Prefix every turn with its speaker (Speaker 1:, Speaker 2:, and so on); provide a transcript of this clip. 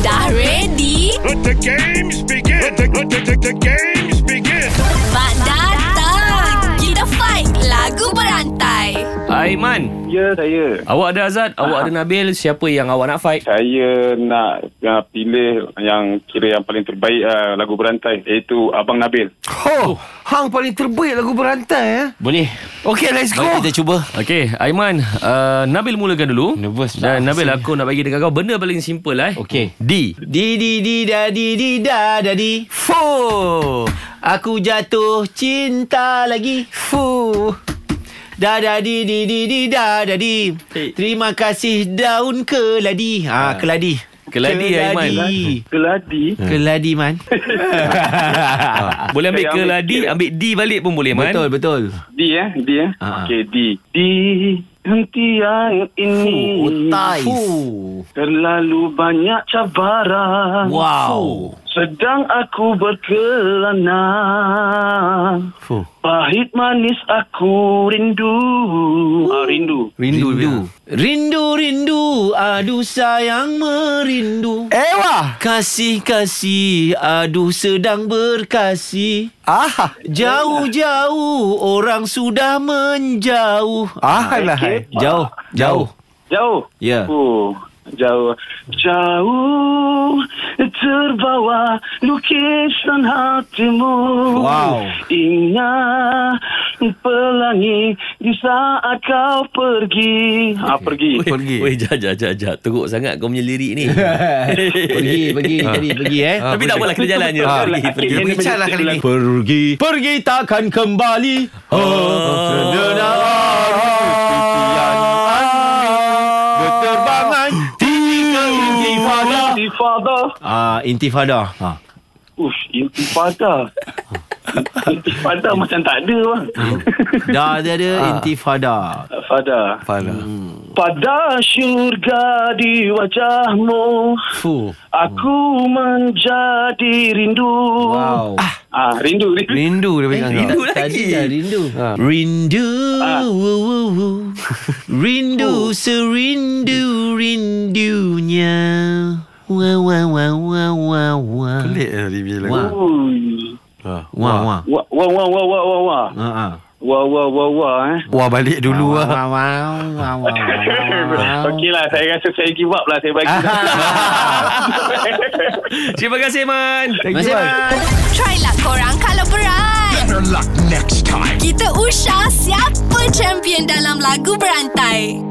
Speaker 1: Dah ready?
Speaker 2: Let the games begin. Let the, let the, the, the games begin.
Speaker 1: Mak datang! Kita fight lagu berantai.
Speaker 3: Aiman
Speaker 4: Ya, saya.
Speaker 3: Awak ada Azad Awak ada Nabil Siapa yang awak nak fight
Speaker 4: Saya nak uh, pilih yang kira yang paling terbaik uh, lagu berantai iaitu Abang Nabil.
Speaker 5: Oh, hang paling terbaik lagu berantai eh.
Speaker 6: Boleh
Speaker 5: Okay, let's go.
Speaker 6: Baik kita cuba
Speaker 3: Okey, Aiman, uh, Nabil mulakan dulu.
Speaker 6: Nervous lah.
Speaker 3: Dan Nabil aku nak bagi dekat kau benda paling simple lah eh.
Speaker 6: Okey
Speaker 3: D.
Speaker 6: Di di di da di di da da di Fu Aku jatuh cinta lagi Fu Da da di di di di da da di
Speaker 3: Eh.
Speaker 6: Terima kasih daun keladi Ah keladi eh,
Speaker 3: Keladi, Aiman.
Speaker 4: Keladi.
Speaker 6: Keladi man
Speaker 3: Boleh ambil
Speaker 4: Saya
Speaker 3: ke
Speaker 4: ambil
Speaker 3: ladi,
Speaker 4: kira.
Speaker 3: ambil D balik pun boleh, Man.
Speaker 6: Betul betul
Speaker 4: D eh, D eh.
Speaker 6: Ah.
Speaker 4: Okey, D. D hentian ini.
Speaker 6: Otai
Speaker 4: Fu, Terlalu banyak cabaran.
Speaker 6: Wow
Speaker 4: Sedang aku berkelana
Speaker 6: Fu
Speaker 4: Pahit manis aku rindu ah, Rindu
Speaker 6: Rindu Rindu Rindu rindu Aduh sayang merindu
Speaker 5: Ewa.
Speaker 6: Kasih kasih Aduh sedang berkasih
Speaker 5: Ah.
Speaker 6: Jauh-jauh Orang sudah menjauh
Speaker 5: Ah, lah.
Speaker 6: Jauh Jauh
Speaker 4: Jauh
Speaker 6: Ya.
Speaker 4: oh, Jauh Jauh Terbawa Lukisan hatimu
Speaker 6: Wow.
Speaker 4: Ingat Pelangi Di saat kau pergi ah, Pergi
Speaker 3: Pergi. Weh, jap, jap, jap, jap. Teruk sangat kau punya lirik ni.
Speaker 6: Ya, Pergi Pergi Jadi pergi eh
Speaker 3: Tapi tak apalah, kita jalan je.
Speaker 6: Ha.
Speaker 4: Ah,
Speaker 3: Pergi,
Speaker 4: akhirnya
Speaker 3: pergi.
Speaker 4: dia
Speaker 5: Berbicara lah kali ni.
Speaker 4: menyetir
Speaker 6: Pergi Pergi takkan kembali Oh Berterbangan Tiga intifada
Speaker 4: lagu. Intifada
Speaker 6: Ah, Intifada ah.
Speaker 4: Ush, intifada. intifada macam tak ada bang.
Speaker 6: Dah ada ada Intifada
Speaker 4: Fada.
Speaker 5: Fala.
Speaker 4: Pada syurga di wajahmu,
Speaker 6: Fuh
Speaker 4: aku menjadi rindu.
Speaker 6: Wow
Speaker 4: Ah, rindu, rindu.
Speaker 5: Rindu dia pegang kau.
Speaker 3: Rindu
Speaker 6: Tadi
Speaker 3: lagi.
Speaker 6: dah rindu
Speaker 5: Ah.
Speaker 6: Rindu
Speaker 4: Ah.
Speaker 6: Rindu serindu rindunya Wah wah wah wah wah wah
Speaker 5: Pelik lah dia punya lagu.
Speaker 6: Wah.
Speaker 4: Ui.
Speaker 5: Wah.
Speaker 6: eh, Wah wah
Speaker 4: Wah, wah, wah, wah, wah, wah, wah.
Speaker 6: Ah, ah.
Speaker 4: Wah, wah, wah, wah, eh.
Speaker 5: Wah, balik dulu
Speaker 6: Wah
Speaker 5: lah.
Speaker 6: wah wah wah wah wah.
Speaker 4: Okey lah, saya rasa saya give up lah. Saya bagi.
Speaker 3: Terima kasih, Man.
Speaker 6: Terima kasih Man
Speaker 1: Try lah korang kalau berat.
Speaker 2: Better luck next time.
Speaker 1: Kita usah siapa champion dalam lagu berantai.